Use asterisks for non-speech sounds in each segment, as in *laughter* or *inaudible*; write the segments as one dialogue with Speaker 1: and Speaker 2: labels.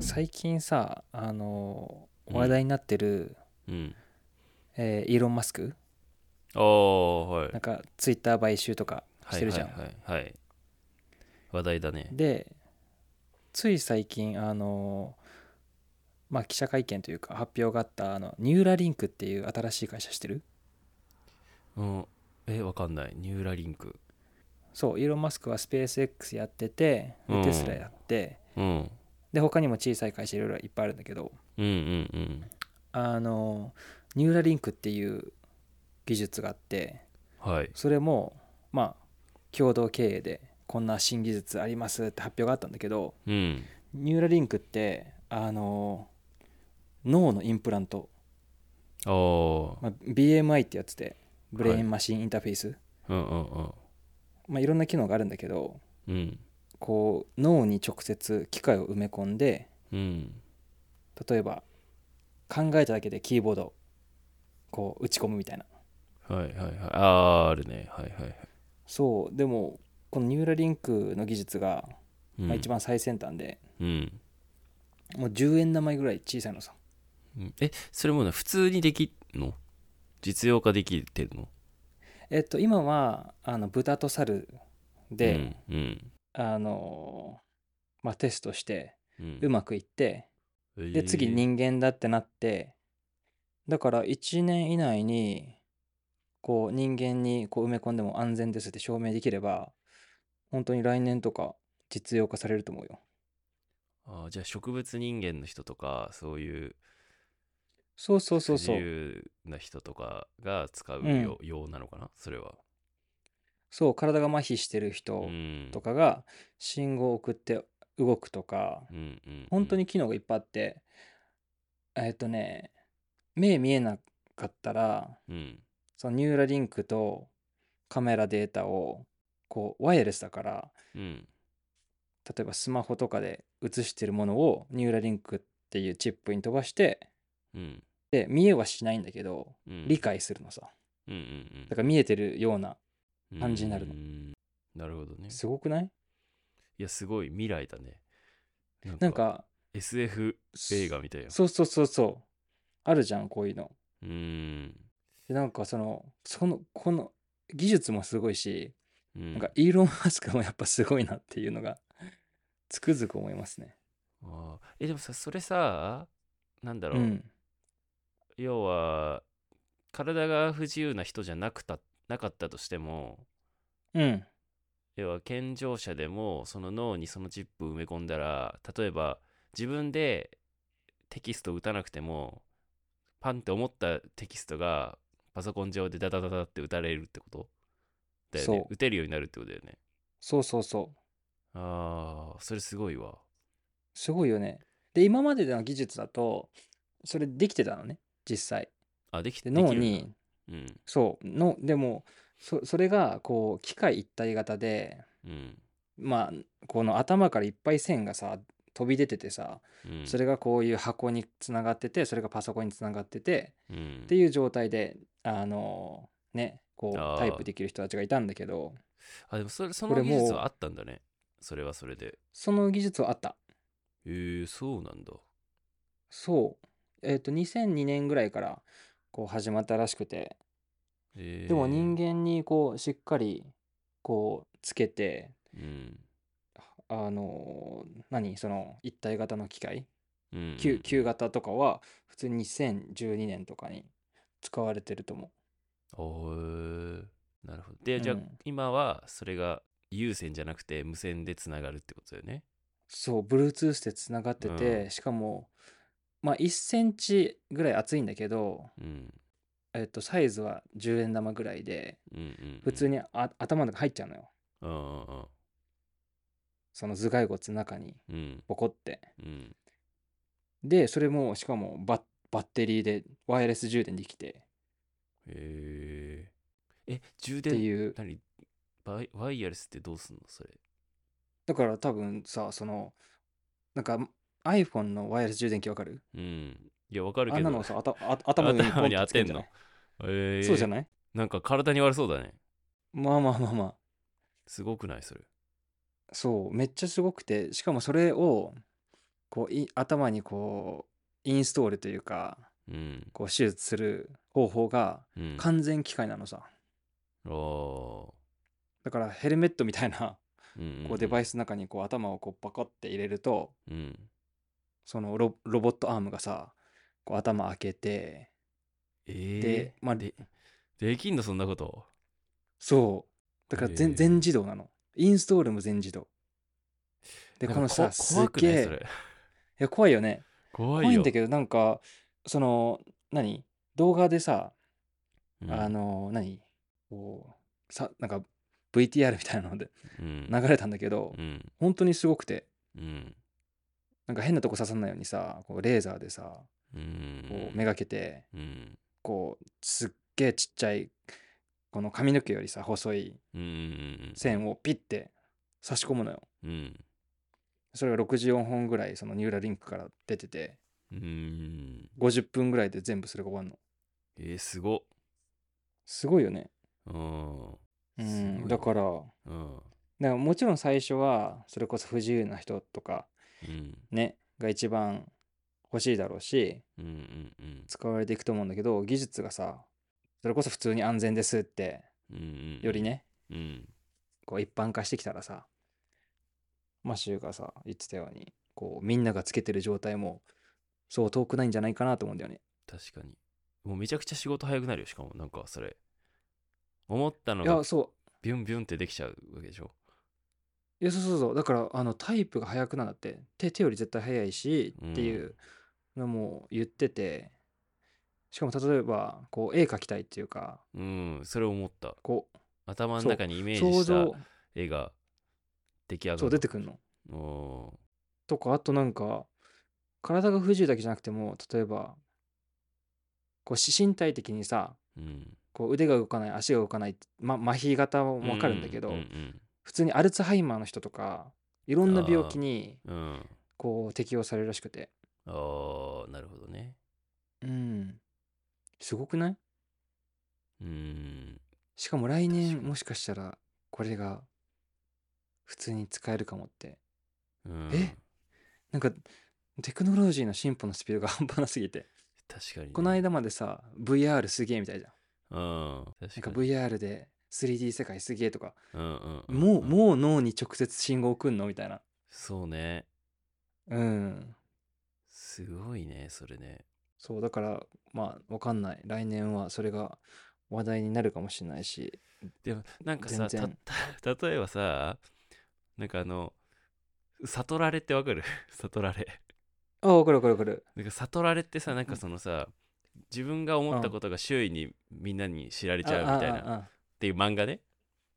Speaker 1: 最近さあの
Speaker 2: うん
Speaker 1: 話題になってる、
Speaker 2: うん。
Speaker 1: えーイーロン・マスク
Speaker 2: ああ、はい。
Speaker 1: なんかツイッター買収とかしてるじゃん、
Speaker 2: はいはいはい、はい。話題だね。
Speaker 1: でつい最近あのまあ記者会見というか発表があったあのニューラリンクっていう新しい会社してる
Speaker 2: うん。え、わかんない。ニューラリンク。
Speaker 1: そうイーロン・マスクはスペース X やっててで
Speaker 2: うん
Speaker 1: テスラやって
Speaker 2: うん。
Speaker 1: で他にも小さい会社いろいろいっぱいあるんだけど
Speaker 2: うんうんうん。
Speaker 1: あのニューラリンクっていう技術があって
Speaker 2: はい。
Speaker 1: それもまあ共同経営でこんな新技術ありますって発表があったんだけど
Speaker 2: うん。
Speaker 1: ニューラリンクってあの脳のインプラント、
Speaker 2: ああ。
Speaker 1: まあ、BMI ってやつでブレインマシンインターフェース、い
Speaker 2: うんうんうん。
Speaker 1: まあ、いろんな機能があるんだけど
Speaker 2: うん。
Speaker 1: こう脳に直接機械を埋め込んで
Speaker 2: うん。
Speaker 1: 例えば考えただけでキーボードをこう打ち込むみたいな
Speaker 2: はいはいはい。ああー、あるね。はいはいはい。
Speaker 1: そうでもこのニューラリンクの技術が、
Speaker 2: うん
Speaker 1: まあ、一。番最先端で、
Speaker 2: うん。
Speaker 1: もう10円玉ぐらい小さいのさ
Speaker 2: うんえ、それもね、普通にできんの実用化できてるの
Speaker 1: えっと今はあの豚と猿で、、
Speaker 2: うん。うん
Speaker 1: あのまあ、テストして
Speaker 2: うん
Speaker 1: うまくいって、で次。人間だってなってだから1年以内にこう人間にこう埋め込んでも安全ですって証明できれば本当に来年とか実用化されると思うよ
Speaker 2: えーあーじゃあ植物人間の人とか、そういう
Speaker 1: そうそうそうそ
Speaker 2: 不
Speaker 1: う
Speaker 2: 自由な人とかが使う
Speaker 1: うん
Speaker 2: ようようなのかなそれは。
Speaker 1: そう体が麻痺してる
Speaker 2: う
Speaker 1: 人
Speaker 2: ん
Speaker 1: とかが信号を送って動くとか
Speaker 2: うんうんうん
Speaker 1: 本当に機能がいっぱいあってえっとね目見えなかったら
Speaker 2: うん
Speaker 1: そのニューラリンクとカメラデータをこうワイヤレスだから
Speaker 2: うん
Speaker 1: 例えばスマホとかで映してるものをニューラリンクっていうチップに飛ばして
Speaker 2: うん
Speaker 1: で見えはしないんだけど
Speaker 2: うん
Speaker 1: 理解するのさ
Speaker 2: うんうん
Speaker 1: だから見えてるような
Speaker 2: うん
Speaker 1: 感じになるの
Speaker 2: うんなるほどね
Speaker 1: すごくない
Speaker 2: いやすごい未来だねな
Speaker 1: なんか
Speaker 2: SF
Speaker 1: す
Speaker 2: 映画みたいな
Speaker 1: そうそうそうそうあるじゃんこういうの
Speaker 2: うん
Speaker 1: でなんかそのそのこの技術もすごいし
Speaker 2: な
Speaker 1: なんかイーロン・マスクもやっぱすごいなっていうのがつくづく思いますね
Speaker 2: あーえでもさそれさなんだ
Speaker 1: う
Speaker 2: ろうん要は体が不自由な人じゃなくたなかったとしても
Speaker 1: うん
Speaker 2: 要は健常者でもその脳にそのチップを埋め込んだら例えば自分でテキストを打たなくてもパンって思ったテキストがパソコン上でダダダダって打たれるってことだよね
Speaker 1: そう
Speaker 2: 打てるようになるってことだよね
Speaker 1: そうそうそう
Speaker 2: ああそれすごいわ
Speaker 1: すごいよね。で、今までの技術だと、それできてたのね、実際。
Speaker 2: あでき
Speaker 1: で、
Speaker 2: できる
Speaker 1: 脳
Speaker 2: よ
Speaker 1: に、
Speaker 2: うに
Speaker 1: そう、のでもそ、それが、こう、機械一体型で、
Speaker 2: うん
Speaker 1: まあ、この頭からいっぱい線がさ、飛び出ててさ、
Speaker 2: うん
Speaker 1: それがこういう箱につながってて、それがパソコンにつながってて、
Speaker 2: うん
Speaker 1: っていう状態で、あの、ね、こ
Speaker 2: あ
Speaker 1: う、
Speaker 2: ー
Speaker 1: タイプできる人たちがいたんだけど、
Speaker 2: あでもそれそ
Speaker 1: こ
Speaker 2: の
Speaker 1: れ
Speaker 2: 技術
Speaker 1: もう
Speaker 2: はあったんだねそれはそれで
Speaker 1: その技術はあった。
Speaker 2: えー、そうなんだ
Speaker 1: そう。えっ、と、2002年ぐらいから、こう、始まったらしくて、
Speaker 2: えー、
Speaker 1: でも人間にこうしっかりこうつけて
Speaker 2: うん
Speaker 1: あのー何その一体型の機械
Speaker 2: うんうん
Speaker 1: 旧旧型とかは普通に2012年とかに使われてると思
Speaker 2: おーなるほど。で、じゃあ、
Speaker 1: うん
Speaker 2: 今はそれが有線じゃなくて無線でつながるってことだよね。
Speaker 1: うそう Bluetooth でつながってて、
Speaker 2: う
Speaker 1: しかもまあ1センチぐらい厚いんだけど、
Speaker 2: うん。
Speaker 1: えっと、サイズは10円玉ぐらいで
Speaker 2: うんうんうん、
Speaker 1: 普通にあ頭の中入っちゃうのよ
Speaker 2: うんうんうん。
Speaker 1: その頭蓋骨の中に
Speaker 2: うん
Speaker 1: ボコって
Speaker 2: うん。
Speaker 1: でそれもしかもバッバッテリーでワイヤレス充電できて
Speaker 2: えー、え、充
Speaker 1: って
Speaker 2: 電
Speaker 1: いう
Speaker 2: 何バイワイヤレスってどうすんのそれ。
Speaker 1: だから多分さそのなんか iPhone のワイヤレス充電器わかる
Speaker 2: うん。いや、わかる
Speaker 1: あ
Speaker 2: け
Speaker 1: ん
Speaker 2: ど。
Speaker 1: なのさあたあ頭の上にポン
Speaker 2: 頭に
Speaker 1: と
Speaker 2: 当
Speaker 1: つけるん
Speaker 2: てん
Speaker 1: じゃ
Speaker 2: の
Speaker 1: ない。
Speaker 2: えー、
Speaker 1: そうじゃ
Speaker 2: ない
Speaker 1: ない
Speaker 2: なんか体に悪そうだね。
Speaker 1: まあまあまあまあ
Speaker 2: すごくないそれ。
Speaker 1: そうめっちゃすごくてしかもそれをこうい頭にこうインストールというか
Speaker 2: うん。
Speaker 1: こう手術する方法が
Speaker 2: うん。
Speaker 1: 完全機械なのさ、
Speaker 2: お
Speaker 1: だからヘルメットみたいな
Speaker 2: ーうん
Speaker 1: こうデバイ
Speaker 2: ス。
Speaker 1: スの中にこう頭をこうバコって入れると
Speaker 2: うん。
Speaker 1: そのロロボットアームがさこう頭開けて
Speaker 2: え
Speaker 1: で
Speaker 2: ー、
Speaker 1: まあ
Speaker 2: で、できんの、そんなこと。
Speaker 1: そうだから全,、
Speaker 2: へえ
Speaker 1: 全自動なのインストールも全自動で
Speaker 2: なん
Speaker 1: この
Speaker 2: か
Speaker 1: さ
Speaker 2: こ
Speaker 1: す
Speaker 2: 怖く
Speaker 1: げ
Speaker 2: ない
Speaker 1: え
Speaker 2: それ。
Speaker 1: いや怖いよね
Speaker 2: 怖いよ。
Speaker 1: 怖いんだけどなんかその何動画でさ、
Speaker 2: うん
Speaker 1: あ、の何こうさなんか VTR みたいなので
Speaker 2: うん。
Speaker 1: 流れたんだけど、
Speaker 2: うん。
Speaker 1: 本当にすごくて
Speaker 2: うん。
Speaker 1: なんか変なとこ刺さんないようにさこうレーザーでさ
Speaker 2: うん。
Speaker 1: こうめがけて、
Speaker 2: うん。
Speaker 1: こうすっげえちっちゃいこの髪の毛よりさ細い
Speaker 2: うん。うん。
Speaker 1: 線をピッて差し込むのよ
Speaker 2: うん。
Speaker 1: それが64本ぐらいそのニューラリンクから出てて
Speaker 2: うん。
Speaker 1: 50分ぐらいで全部それが終わるの
Speaker 2: えー、すごっ。
Speaker 1: すごいよね
Speaker 2: うん。
Speaker 1: う
Speaker 2: すごいね
Speaker 1: んだから
Speaker 2: うん。
Speaker 1: だからもちろん最初はそれこそ不自由な人とか
Speaker 2: うん。
Speaker 1: ねが一番欲しいだろうし
Speaker 2: うんうんうん
Speaker 1: 使われていくと思うんだけど技術がさそれこそ普通に安全ですって
Speaker 2: うんうん
Speaker 1: よりね
Speaker 2: うん
Speaker 1: こう一般化してきたらさマシューがさ言ってたようにこうみんながつけてる状態もそう遠くないんじゃないかなと思うんだよね
Speaker 2: 確かにもうめちゃくちゃ仕事早くなるよしかもなんかそれ思ったの
Speaker 1: い
Speaker 2: が
Speaker 1: やそう
Speaker 2: ビュンビュンってできちゃうわけでしょ
Speaker 1: いやそうそうそうだからあのタイプが早くなんだって手手より絶対早いし
Speaker 2: うん
Speaker 1: っていうのも言ってて、しかも例えばこう絵描きたいっていうか
Speaker 2: うんそれ思った
Speaker 1: こ
Speaker 2: 頭の中にイ
Speaker 1: う
Speaker 2: メージ
Speaker 1: 想
Speaker 2: した
Speaker 1: 像
Speaker 2: 絵が出来上がる
Speaker 1: そう出てくるの
Speaker 2: るお
Speaker 1: とかあとなんか体が不自由だけじゃなくても例えばこう身体的にさ
Speaker 2: ーうん
Speaker 1: こう腕が動かない足が動かない、ま、麻痺型も分かるんだけど、
Speaker 2: うんうん
Speaker 1: 普通にアルツハイマーの人とかいろんな病気に
Speaker 2: うんうんうん
Speaker 1: こう適用されるらしくて
Speaker 2: あーなるほどね
Speaker 1: うんすごくない
Speaker 2: うん
Speaker 1: しかも来
Speaker 2: 確
Speaker 1: 年
Speaker 2: かに
Speaker 1: もしかしたらこれが普通に使えるかもって
Speaker 2: うん
Speaker 1: えなんかテクノロジーの進歩のスピードが半端なすぎ
Speaker 2: *laughs*
Speaker 1: て
Speaker 2: 確かにね
Speaker 1: この間までさ VR すげえみたいじゃん
Speaker 2: うん
Speaker 1: な
Speaker 2: 確
Speaker 1: んか
Speaker 2: かに
Speaker 1: VR で 3D 世界すげえとか
Speaker 2: うんうんうん
Speaker 1: もう
Speaker 2: うん
Speaker 1: もう脳に直接信号送んのみたいな
Speaker 2: そうね
Speaker 1: うん
Speaker 2: すごいねそれね
Speaker 1: そうだからまあわかんない来年はそれが話題になるかもしれないし
Speaker 2: でもなんかさ
Speaker 1: 全然
Speaker 2: たた例えばさなんかあの悟られってわかる *laughs* 悟られ
Speaker 1: あわかるわかるわかる
Speaker 2: なんか悟られってさなんかそのさ自分が思った
Speaker 1: うん
Speaker 2: ことが周囲にみんなに知られちゃ
Speaker 1: あ
Speaker 2: うみたいなっ
Speaker 1: ああ
Speaker 2: ていう漫画ね *laughs*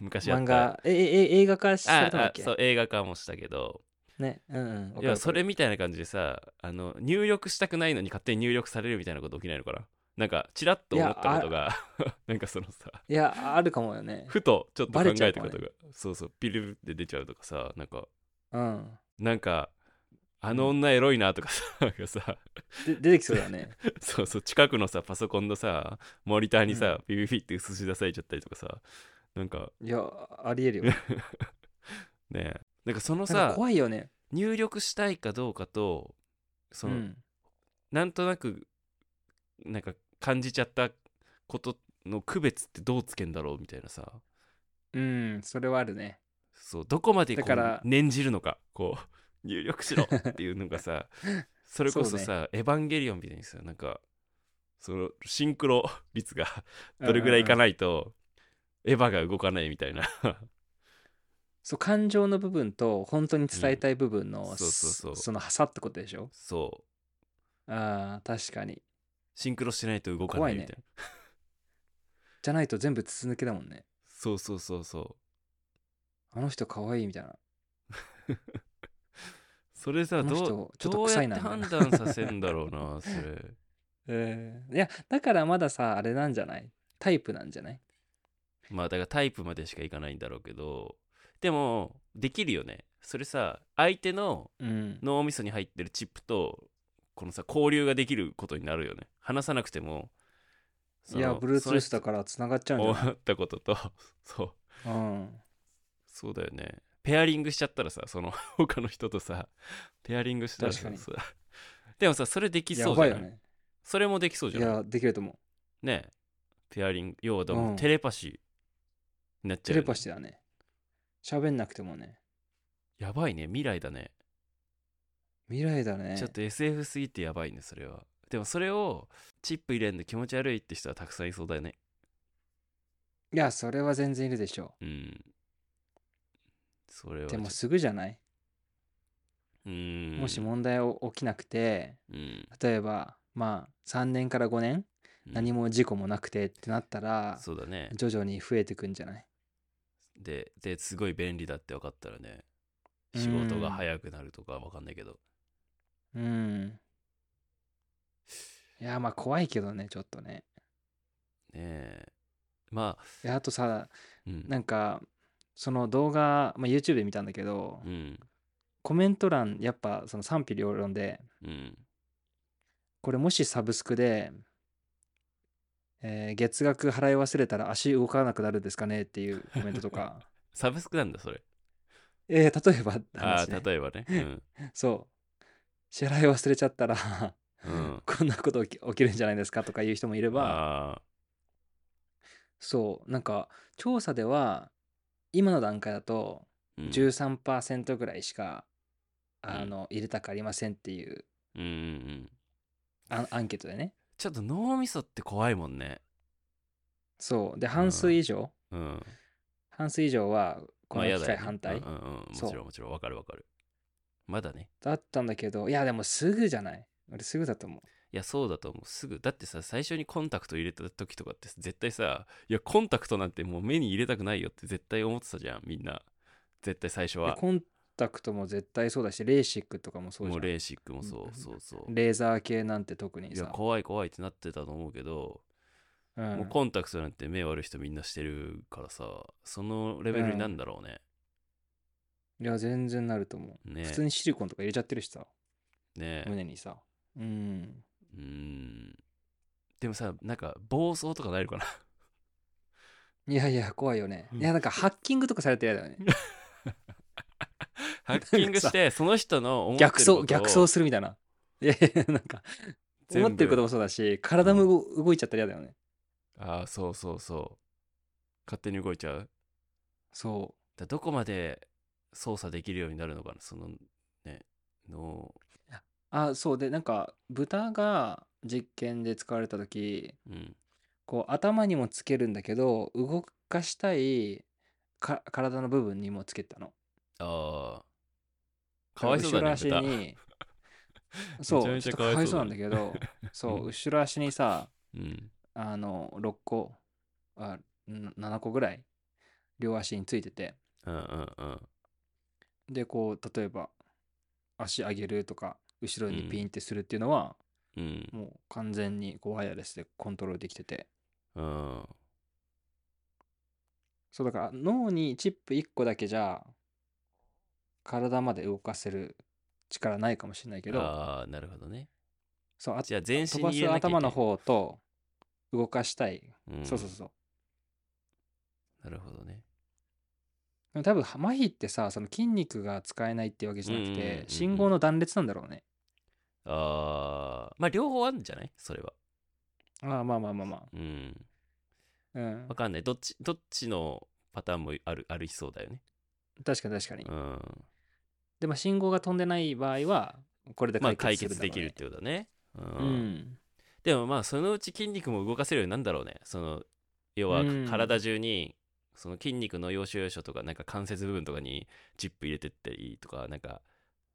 Speaker 2: 昔
Speaker 1: あ
Speaker 2: あ
Speaker 1: 漫
Speaker 2: った
Speaker 1: 画えええ映画化さ
Speaker 2: あ
Speaker 1: れたんだっ
Speaker 2: あ
Speaker 1: け
Speaker 2: そう映画化もしたけど
Speaker 1: ねうんうんわか
Speaker 2: い
Speaker 1: るわ
Speaker 2: や
Speaker 1: か
Speaker 2: それ
Speaker 1: る
Speaker 2: みたいな感じでさあの入力したくないのに勝手に入力されるみたいなこと起きないのかななんかチラッと思ったことが *laughs* なんかそのさ
Speaker 1: いやあるかもよね
Speaker 2: ふとちょっと
Speaker 1: バ
Speaker 2: 考
Speaker 1: レちゃ
Speaker 2: え
Speaker 1: う
Speaker 2: た
Speaker 1: か
Speaker 2: こ
Speaker 1: も
Speaker 2: と
Speaker 1: ね
Speaker 2: が、そうそうピルって出ちゃうとかさなんか
Speaker 1: うん
Speaker 2: なんかあの女エロいなとかさ *laughs* なんかさ
Speaker 1: で出てきそうだね *laughs*
Speaker 2: そうそう近くのさパソコンのさモニターにさ、ビビビって映し出されちゃったりとかさなんか
Speaker 1: いやありえるよ
Speaker 2: ねなんかその
Speaker 1: なんか
Speaker 2: さ
Speaker 1: 怖いよね
Speaker 2: 入力したいかどうかと
Speaker 1: う
Speaker 2: その、
Speaker 1: ん
Speaker 2: なんとなくなんか感じちゃったことの区別ってどうつけんだろうみたいなさ
Speaker 1: うんそれはあるね
Speaker 2: そうどこまでこ
Speaker 1: だから
Speaker 2: う念じるのかこう *laughs* 入力しろっていうの
Speaker 1: *laughs*
Speaker 2: がさそれこそさ、エヴァンゲリオンみたいにさなんかそのシンクロ率
Speaker 1: *laughs*
Speaker 2: がどれぐらいいか
Speaker 1: い
Speaker 2: ないとエヴァが動かないみたいな
Speaker 1: そう感情の部分と本当に伝えたい部分の、
Speaker 2: うんそうそうそう
Speaker 1: その差ってことでしょ
Speaker 2: そう
Speaker 1: あー確かに
Speaker 2: シンクロしてないと動かないみたいな
Speaker 1: 怖じゃないと全部筒抜けだもんね
Speaker 2: そうそうそうそう
Speaker 1: あの人可愛いみたいな
Speaker 2: それさ
Speaker 1: この人
Speaker 2: どう
Speaker 1: ちょっと
Speaker 2: どうや
Speaker 1: 臭い
Speaker 2: って
Speaker 1: な
Speaker 2: 判断させんだろうなそれ
Speaker 1: えーいやだからまださあれなんじゃないタイプなんじゃない
Speaker 2: まあだからタイプまでしかいかないんだろうけどでもできるよねそれさ相手の
Speaker 1: うん
Speaker 2: 脳みそに入ってるチップとこのさ交流ができることになるよね話さなくても
Speaker 1: いやブルートゥースだから繋がっちゃうんじゃ
Speaker 2: 思ったことと *laughs* そう
Speaker 1: ない、うん、
Speaker 2: そうだよねペアリングしちゃったらさその *laughs* 他の人とさペアリングしたら
Speaker 1: 確か
Speaker 2: さ
Speaker 1: に
Speaker 2: そうでもさそれできそ
Speaker 1: や
Speaker 2: うじ
Speaker 1: ば
Speaker 2: ゃ
Speaker 1: い
Speaker 2: な
Speaker 1: よ
Speaker 2: い
Speaker 1: ね。
Speaker 2: それもできそうじ
Speaker 1: い
Speaker 2: ゃない
Speaker 1: や、できると思う。
Speaker 2: ねペアリング要はでも
Speaker 1: うん
Speaker 2: テレパシーになっち
Speaker 1: テ
Speaker 2: ゃうよ
Speaker 1: レ
Speaker 2: ね
Speaker 1: パシーだね。喋んなくてもね。
Speaker 2: やばいね未来だね
Speaker 1: 未来だね。
Speaker 2: ちょっと SF すぎてやばいねそれはでもそれをチップ入れんの気持ち悪いって人はたくさんいそうだよね
Speaker 1: いや、それは全然いるでしょ
Speaker 2: うんそ
Speaker 1: う。
Speaker 2: れは
Speaker 1: でも
Speaker 2: ちょ
Speaker 1: すぐじゃない、
Speaker 2: うーん
Speaker 1: もし問題を起きなくて、
Speaker 2: うん
Speaker 1: 例えば、まあ、3年から5年、何
Speaker 2: も
Speaker 1: も事故もなくてってなったら、
Speaker 2: そうだね
Speaker 1: 徐々に増えてくんじゃない
Speaker 2: でですごい便利だって分かったらね
Speaker 1: うん
Speaker 2: 仕事が早くなるとか分かんないけど
Speaker 1: うん。いや、まあ、怖いけどね、ちょっとね。
Speaker 2: ねえまあ
Speaker 1: いやあとさ、
Speaker 2: うん
Speaker 1: なんか、その動画、まあ、YouTube で見たんだけど、
Speaker 2: うん
Speaker 1: コメント欄、やっぱその賛否両論で、
Speaker 2: うん
Speaker 1: これもしサブスクで、えー月額払い忘れたら足動かなくなるんですかねっていうコメントと
Speaker 2: *laughs*
Speaker 1: か、
Speaker 2: サブスクなんだそれ
Speaker 1: えー例えばって
Speaker 2: あ
Speaker 1: 話、
Speaker 2: あ
Speaker 1: ね、
Speaker 2: 例えばねうん
Speaker 1: そう、支払い忘れちゃったら、 *laughs*
Speaker 2: うん
Speaker 1: こんなこと起き起きるんじゃないですかとかいう人もいれば、
Speaker 2: ああ
Speaker 1: そう、なんか調査では、今の段階だと
Speaker 2: うん
Speaker 1: 13%ぐらいしか、
Speaker 2: ん
Speaker 1: あの入れたくありませんっていう
Speaker 2: うんうんうん
Speaker 1: アンアンケートでね。
Speaker 2: ちょっと脳みそって怖いもんね
Speaker 1: そう。で、半数以上、
Speaker 2: うん
Speaker 1: 半数以上はこ
Speaker 2: まあ
Speaker 1: の
Speaker 2: や
Speaker 1: 機
Speaker 2: だよ
Speaker 1: 会
Speaker 2: ね
Speaker 1: 反対
Speaker 2: うんうんうんも
Speaker 1: そう
Speaker 2: ちろんもちろん分かる分かるまだね
Speaker 1: だったんだけど、いや、でもすぐじゃない。俺すぐだと思う。
Speaker 2: いやそうだと思うすぐだってさ最初にコンタクト入れた時とかって絶対さいやコンタクトなんてもう目に入れたくないよって絶対思ってたじゃんみんな絶対最初
Speaker 1: で
Speaker 2: は
Speaker 1: コンタクトも絶対そうだし、レーシックとかもそうじ
Speaker 2: も
Speaker 1: ゃ。
Speaker 2: うんレーシックもそううんそうそう
Speaker 1: レーザー系なんて特に
Speaker 2: いや
Speaker 1: さ。
Speaker 2: 怖い怖いってなってたと思うけど、
Speaker 1: う、
Speaker 2: もうんコンタクトなんて目悪い人みんなしてるからさそのレベルになんだろうね、
Speaker 1: いや、全然なると思う。
Speaker 2: ね
Speaker 1: 普通にシリコンとか入れちゃってるしさ、
Speaker 2: ね
Speaker 1: 胸にさ。うん。
Speaker 2: うーんでもさなんか暴走とかないのかない
Speaker 1: やいや、怖いよね。
Speaker 2: うん
Speaker 1: いや、なんかハッキングとかされてるだよね。
Speaker 2: ハッキングして、その人の *laughs* 思ってる
Speaker 1: 逆
Speaker 2: こと
Speaker 1: 走、
Speaker 2: を
Speaker 1: 逆走するみたいな。いやいや、なんか、
Speaker 2: 全部
Speaker 1: 思ってることもそうだし、体も動,、動いちゃったりだよね。
Speaker 2: ああ、そうそうそう。勝手に動いちゃう。
Speaker 1: そ
Speaker 2: だどこまで操作できるようになるのかな、そのね、の、
Speaker 1: う。あ、そうで、なんか、豚が実験で使われた時
Speaker 2: うん、
Speaker 1: こう頭にもつけるんだけど動かしたいか体の部分にもつけたの。
Speaker 2: ああ、かわいそうだ
Speaker 1: 後
Speaker 2: ね、
Speaker 1: ろ
Speaker 2: *laughs*
Speaker 1: 足
Speaker 2: 豚
Speaker 1: にそう
Speaker 2: め
Speaker 1: ちょっ
Speaker 2: ちゃめちゃ
Speaker 1: とかわいそう
Speaker 2: か
Speaker 1: な
Speaker 2: わ
Speaker 1: ん
Speaker 2: い
Speaker 1: だ
Speaker 2: そ
Speaker 1: けどそううん後ろ足にさ
Speaker 2: うん、
Speaker 1: あの6個あん7個ぐらい両足についてて
Speaker 2: うん、うん、うん。
Speaker 1: でこう例えば足上げるとか後ろにピンってするっていうのは、
Speaker 2: うん、
Speaker 1: もう完全にこうワイヤレスでコントロールできてて
Speaker 2: うん、
Speaker 1: そうだから脳にチップ1個だけじゃ体まで動かせる力ないかもしれないけど
Speaker 2: ああ、なるほどね。
Speaker 1: そうあ
Speaker 2: じゃあ全身
Speaker 1: 飛
Speaker 2: に
Speaker 1: ば
Speaker 2: 入
Speaker 1: す
Speaker 2: れなきゃいけな
Speaker 1: 頭
Speaker 2: い
Speaker 1: の方と動かしたい、
Speaker 2: うん、
Speaker 1: そうそうそう
Speaker 2: なるほどね。
Speaker 1: でも多分麻痺ってさその筋肉が使えないってわけじゃなく
Speaker 2: うんうんうん
Speaker 1: て
Speaker 2: うん
Speaker 1: 信号の断裂なんだろうね
Speaker 2: ああ、まあ両方あるんじゃないそれは。
Speaker 1: ああまあまあまあま
Speaker 2: うん。
Speaker 1: あうん
Speaker 2: わかんない。どっち、どっちのパターンもある、ありそうだよね。
Speaker 1: 確かに確かに
Speaker 2: うん。
Speaker 1: でも信号が飛んでない場合はこれで
Speaker 2: まあ
Speaker 1: 解
Speaker 2: 解
Speaker 1: 決する
Speaker 2: 決
Speaker 1: んだろ
Speaker 2: で
Speaker 1: う
Speaker 2: きるっ
Speaker 1: ね
Speaker 2: てことだね。う。
Speaker 1: うんん
Speaker 2: でもまあそのうち筋肉も動かせるようになるんだろうね。その要は
Speaker 1: うん
Speaker 2: 体中にその筋肉の要所要所とかなんか関節部分とかにチップ入れてったりとかなんか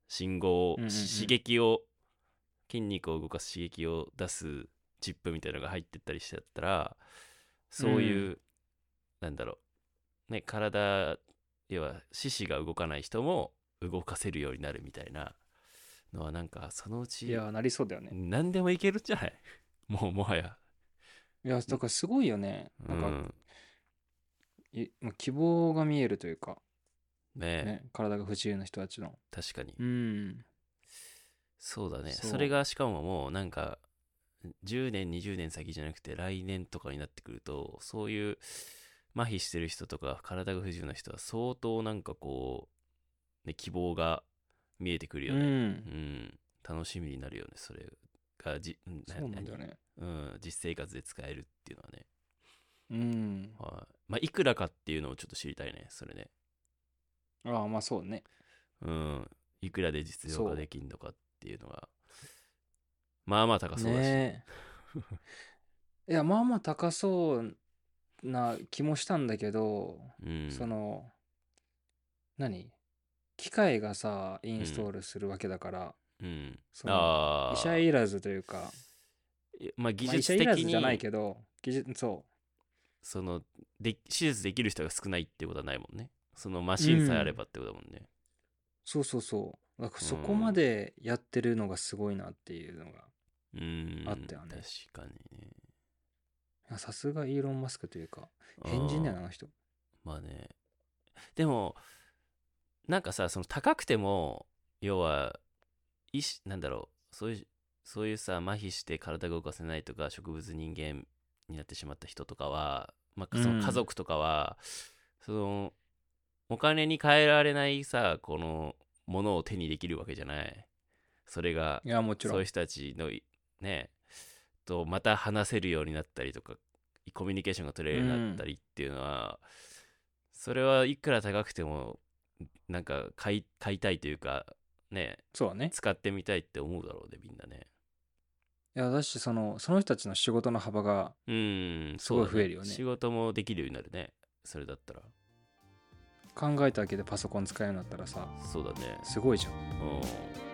Speaker 2: 信号を、
Speaker 1: うんうんうん
Speaker 2: 刺激を筋肉を動かす刺激を出すチップみたいなのが入ってったりしてやったらそういう、
Speaker 1: う
Speaker 2: なんだろうね体要は四肢が動かない人も動かせるようになるみたいなのはなんかそのう
Speaker 1: い
Speaker 2: ち
Speaker 1: やなりそうだよね
Speaker 2: 何でもいけるんじゃない *laughs* もうもはや、
Speaker 1: いやだからすごいよね
Speaker 2: う
Speaker 1: なんか、
Speaker 2: ん、
Speaker 1: いまあ希望が見えるというか、
Speaker 2: ね
Speaker 1: ね、体が不自由な人たちの
Speaker 2: 確かに
Speaker 1: うん
Speaker 2: そうだね
Speaker 1: そ
Speaker 2: そうれがしかももうなんか10年20年先じゃなくて来年とかになってくるとそういう麻痺してる人とか体が不自由な人は相当なんかこうね、希望が見えてくるよ
Speaker 1: う
Speaker 2: ね、うん
Speaker 1: ん。
Speaker 2: 楽しみになるよねそれがじんな
Speaker 1: そうなんだよね。
Speaker 2: 何うん、実生活で使えるっていうのはね、
Speaker 1: うん。
Speaker 2: はいまあ、いくらかっていうのをちょっと知りたいねそれね、
Speaker 1: ああ、まあそうね。
Speaker 2: うん、いくらで実用
Speaker 1: そ
Speaker 2: 化
Speaker 1: う
Speaker 2: できんのかっていうのがまあまあ高そうだし、
Speaker 1: ねえ。いや、まあまあ高そうな気もしたんだけど、
Speaker 2: うん、
Speaker 1: その、何機械がさ、インストールするわけだから、
Speaker 2: うん、
Speaker 1: その、
Speaker 2: ああ
Speaker 1: 医者いらずというか、
Speaker 2: えまあ技
Speaker 1: まあ医者
Speaker 2: 術
Speaker 1: い
Speaker 2: 的
Speaker 1: らず
Speaker 2: に、
Speaker 1: じゃないけど、技術、そう。
Speaker 2: そので手術できる人が少ないってことはないもんねそのマシンさえあればってことだもんね、
Speaker 1: そうそうそう。だからそこ
Speaker 2: うん
Speaker 1: までやってるのがすごいなっていうのが、
Speaker 2: うん、
Speaker 1: あったよね
Speaker 2: 確かにね
Speaker 1: あさすがイーロン・マスクというか、変人だよな、
Speaker 2: う
Speaker 1: あ
Speaker 2: ん
Speaker 1: の人。
Speaker 2: まあねでもなんかさその高くても要は医師なんだろうそういうそういうさ麻痺して体が動かせないとか植物人間になってしまった人とかは、まあ、
Speaker 1: うん
Speaker 2: その家族とかは、そのお金に換えられないさこのものを手にできるわけじゃないそれが
Speaker 1: いや、もち
Speaker 2: そ
Speaker 1: ろ
Speaker 2: うんいう。人たちのいねとまた話せるようになったりとかコミュニケーションが取れるようになったりっていうのは、それはいくら高くてもなんか買い買いたいというかね
Speaker 1: そうだね。
Speaker 2: 使ってみたいって思うだろうねみんなね
Speaker 1: いや、だし、その、その人たちの仕事の幅が、
Speaker 2: うん
Speaker 1: すごい
Speaker 2: そうだ
Speaker 1: 増えるよね
Speaker 2: 仕事もできるようになるねそれだったら
Speaker 1: 考えただけでパソコン使えるようになったらさ、
Speaker 2: そうだね
Speaker 1: すごいじゃん。
Speaker 2: うん